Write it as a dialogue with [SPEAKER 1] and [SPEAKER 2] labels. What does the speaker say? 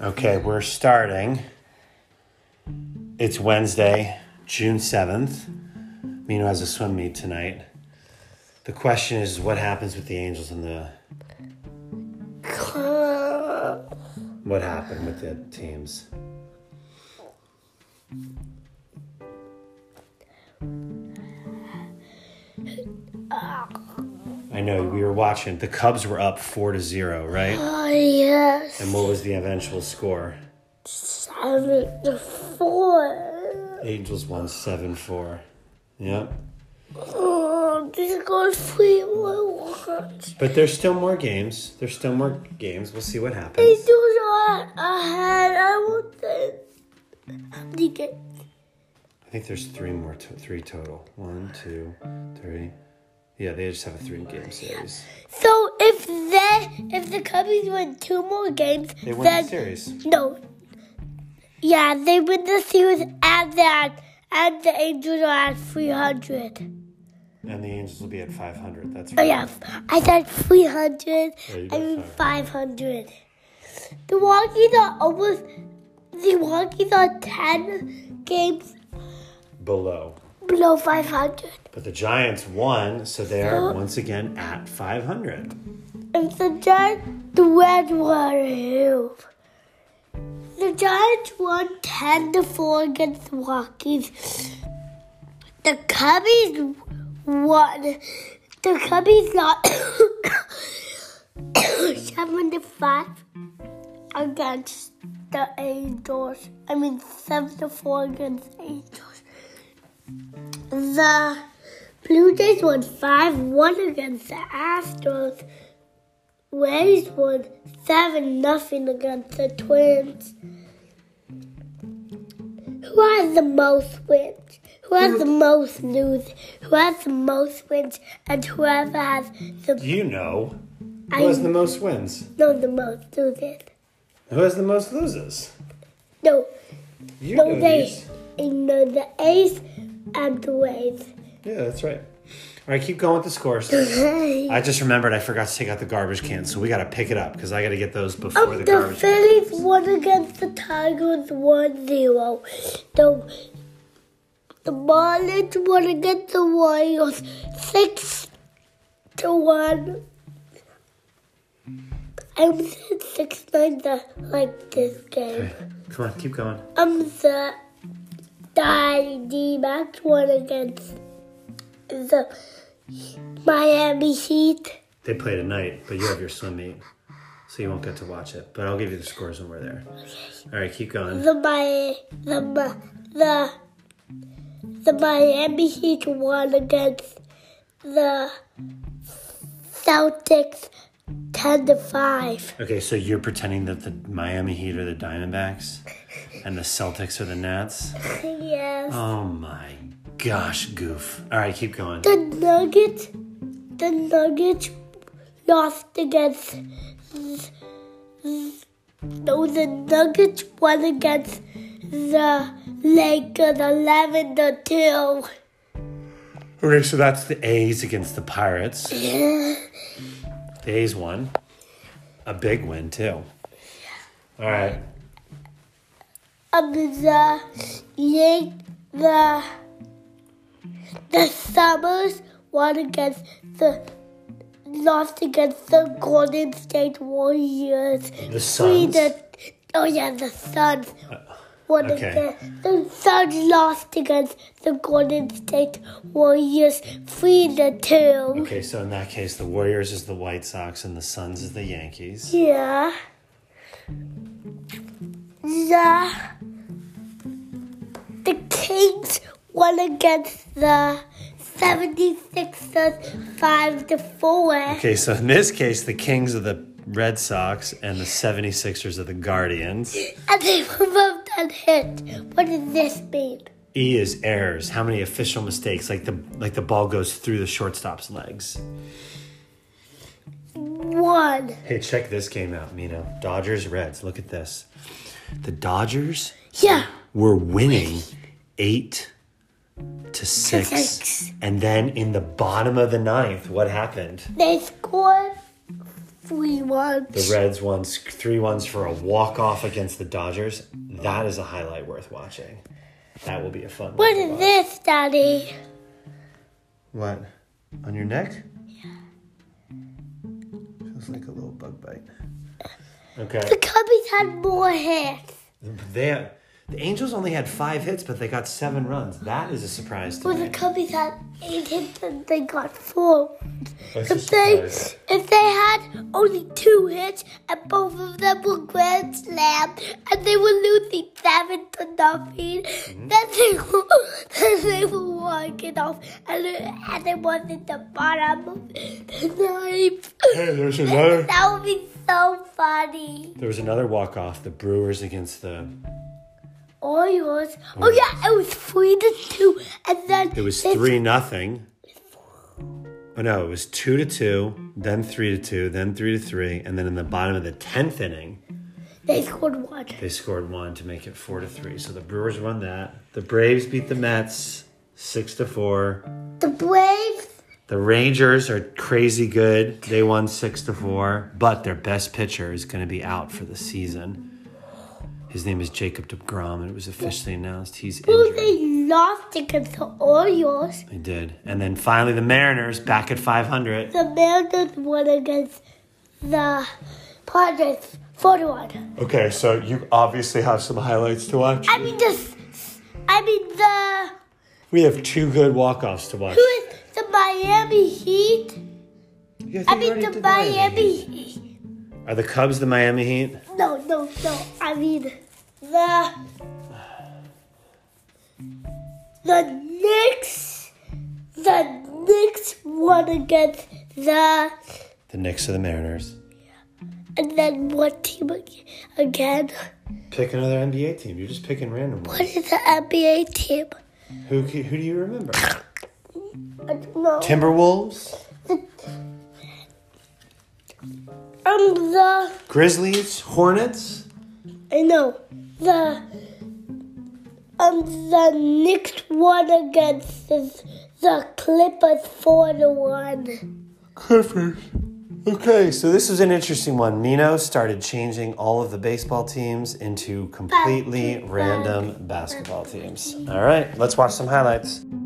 [SPEAKER 1] Okay, we're starting. It's Wednesday, June 7th. Mino has a swim meet tonight. The question is what happens with the Angels and the. What happened with the teams? I know we were watching. The Cubs were up four to zero, right?
[SPEAKER 2] Oh, yes.
[SPEAKER 1] And what was the eventual score?
[SPEAKER 2] Seven to four.
[SPEAKER 1] Angels won seven four. Yep.
[SPEAKER 2] Oh, this goes free more words.
[SPEAKER 1] But there's still more games. There's still more games. We'll see what
[SPEAKER 2] They
[SPEAKER 1] happens.
[SPEAKER 2] do not ahead. I want them. They get
[SPEAKER 1] I think there's three more, to- three total. One, two, three. Yeah, they just have a three game series.
[SPEAKER 2] so if they if the Cubbies win two more games,
[SPEAKER 1] They win
[SPEAKER 2] then
[SPEAKER 1] the series.
[SPEAKER 2] no. Yeah, they win the series at that, and the Angels are at three hundred.
[SPEAKER 1] And the Angels will be at 500. That's
[SPEAKER 2] Oh
[SPEAKER 1] right.
[SPEAKER 2] yeah, I said 300.
[SPEAKER 1] Oh, you
[SPEAKER 2] I
[SPEAKER 1] got
[SPEAKER 2] mean 500. The Rockies are almost. The Rockies are 10 games
[SPEAKER 1] Below.
[SPEAKER 2] below 500.
[SPEAKER 1] But the Giants won, so they are once again at 500.
[SPEAKER 2] And the Giants, the Red Water Hill. The Giants won 10 to 4 against the Rockies. The Cubbies won. The Cubbies got 7 to 5 against the Angels. I mean, 7 to 4 against the Angels. The Blue Jays won 5 1 against the Astros. Rays won seven nothing against the Twins. Who has the most wins? Who has the most lose? Who has the most wins? And whoever has the
[SPEAKER 1] You know. Who has
[SPEAKER 2] I
[SPEAKER 1] the most wins?
[SPEAKER 2] know the most loses.
[SPEAKER 1] Who has the most loses?
[SPEAKER 2] No,
[SPEAKER 1] You
[SPEAKER 2] no,
[SPEAKER 1] know
[SPEAKER 2] they.
[SPEAKER 1] these.
[SPEAKER 2] You know the A's and the Rays.
[SPEAKER 1] Yeah, that's right. All right, keep going with the scores.
[SPEAKER 2] Hey.
[SPEAKER 1] I just remembered I forgot to take out the garbage cans, so we got to pick it up because I got to get those before
[SPEAKER 2] Um,
[SPEAKER 1] the
[SPEAKER 2] the
[SPEAKER 1] garbage.
[SPEAKER 2] Phillies won against the Tigers 1-0. The, the Marlins won against the Royals 6 to 1. I'm saying 6 9 I like this game.
[SPEAKER 1] Come on, keep going.
[SPEAKER 2] Um the D Max won against the Miami Heat.
[SPEAKER 1] They play tonight, but you have your swim meet, so you won't get to watch it. But I'll give you the scores when we're there. All right, keep going.
[SPEAKER 2] the Mi- the Mi- the the Miami Heat won against the Celtics ten to five.
[SPEAKER 1] Okay, so you're pretending that the Miami Heat are the Diamondbacks and the Celtics are the Nats.
[SPEAKER 2] Yes.
[SPEAKER 1] Oh my gosh, goof. All right, keep going.
[SPEAKER 2] The Nuggets the Nuggets lost against no the Nuggets won against the Lakers eleven to two.
[SPEAKER 1] Okay, so that's the A's against the Pirates. The A's won. A big win, too. All right.
[SPEAKER 2] of the yank the the Summers won against the lost against the Golden State Warriors.
[SPEAKER 1] The
[SPEAKER 2] Three
[SPEAKER 1] Suns. Uh,
[SPEAKER 2] to oh yeah, the Suns won
[SPEAKER 1] okay.
[SPEAKER 2] against the Suns lost against the Golden State Warriors three to two.
[SPEAKER 1] Okay, so in that case, the Warriors is the White Sox and the Suns is the Yankees.
[SPEAKER 2] Yeah. The the Kings won against the 76ers 5 to 4.
[SPEAKER 1] Okay, so in this case, the Kings are the Red Sox and the 76ers are the Guardians.
[SPEAKER 2] And they were both on hit. What does this mean?
[SPEAKER 1] E is errors. How many official mistakes? Like the like the ball goes through the shortstop's legs.
[SPEAKER 2] One.
[SPEAKER 1] Hey, check this game out, Mino. Dodgers Reds. Look at this. The Dodgers
[SPEAKER 2] Yeah.
[SPEAKER 1] were winning eight to six.
[SPEAKER 2] six.
[SPEAKER 1] And then in the bottom of the ninth, what happened?
[SPEAKER 2] They scored three ones.
[SPEAKER 1] The Reds won s- three ones for a walk off against the Dodgers. That is a highlight worth watching. That will be a fun. one
[SPEAKER 2] What
[SPEAKER 1] to
[SPEAKER 2] is
[SPEAKER 1] watch.
[SPEAKER 2] this, Daddy?
[SPEAKER 1] What? On your neck? Yeah. Feels like a little bug bite.
[SPEAKER 2] The
[SPEAKER 1] Okay.
[SPEAKER 2] Cubbies had more hits.
[SPEAKER 1] They, the Angels only had five hits, but they got seven runs. That is a surprise to
[SPEAKER 2] Well, the
[SPEAKER 1] me.
[SPEAKER 2] Cubbies had eight hits and they got four.
[SPEAKER 1] That's a
[SPEAKER 2] If they,
[SPEAKER 1] surprise.
[SPEAKER 2] if they had only two hits and both of them were grand slam and they were losing seven to nothing,
[SPEAKER 1] Hmm?
[SPEAKER 2] then they were, then they were walking off and, and they was in the bottom of the ninth.
[SPEAKER 1] Hey, there's another.
[SPEAKER 2] That would be so funny.
[SPEAKER 1] There was another walk off. The Brewers against the.
[SPEAKER 2] All yours. Oh yeah, it was three to two, and then
[SPEAKER 1] Hmm. It was
[SPEAKER 2] they-
[SPEAKER 1] three nothing. Oh no! It was two to two, then three to two, then three to three, and then in the bottom of the tenth inning,
[SPEAKER 2] They scored one.
[SPEAKER 1] They scored one to make it four to three. So the Brewers won that. The Braves beat the Mets six to four.
[SPEAKER 2] The Braves
[SPEAKER 1] The Rangers are crazy good. They won six to four, but their best pitcher is going to be out for the season. His name is Jacob DeGrom, and it was officially announced he's
[SPEAKER 2] Well,
[SPEAKER 1] injured.
[SPEAKER 2] they lost against the Orioles.
[SPEAKER 1] They did, and then finally the Mariners back at five hundred.
[SPEAKER 2] The Mariners won against the Padres 4 1.
[SPEAKER 1] Okay, so you obviously have some highlights to watch.
[SPEAKER 2] I mean, just. I mean, the.
[SPEAKER 1] We have two good walk offs to watch.
[SPEAKER 2] Who is the Miami Heat?
[SPEAKER 1] Yeah,
[SPEAKER 2] I
[SPEAKER 1] think you
[SPEAKER 2] mean,
[SPEAKER 1] already
[SPEAKER 2] the
[SPEAKER 1] did
[SPEAKER 2] Miami
[SPEAKER 1] Heat.
[SPEAKER 2] Heat.
[SPEAKER 1] Are the Cubs the Miami Heat?
[SPEAKER 2] No, no, no. I mean, the. The Knicks. The Knicks won against the.
[SPEAKER 1] The Knicks or the Mariners?
[SPEAKER 2] And then what team ag- again?
[SPEAKER 1] Pick another NBA team. You're just picking random ones.
[SPEAKER 2] What is the NBA team?
[SPEAKER 1] Who ca- who do you remember?
[SPEAKER 2] I don't know.
[SPEAKER 1] Timberwolves,
[SPEAKER 2] Um, the
[SPEAKER 1] Grizzlies, Hornets.
[SPEAKER 2] I know the um the Knicks won against the, the Clippers four to one.
[SPEAKER 1] Clippers. Okay, so this was an interesting one. Nino started changing all of the baseball teams into completely random basketball teams. All right, let's watch some highlights.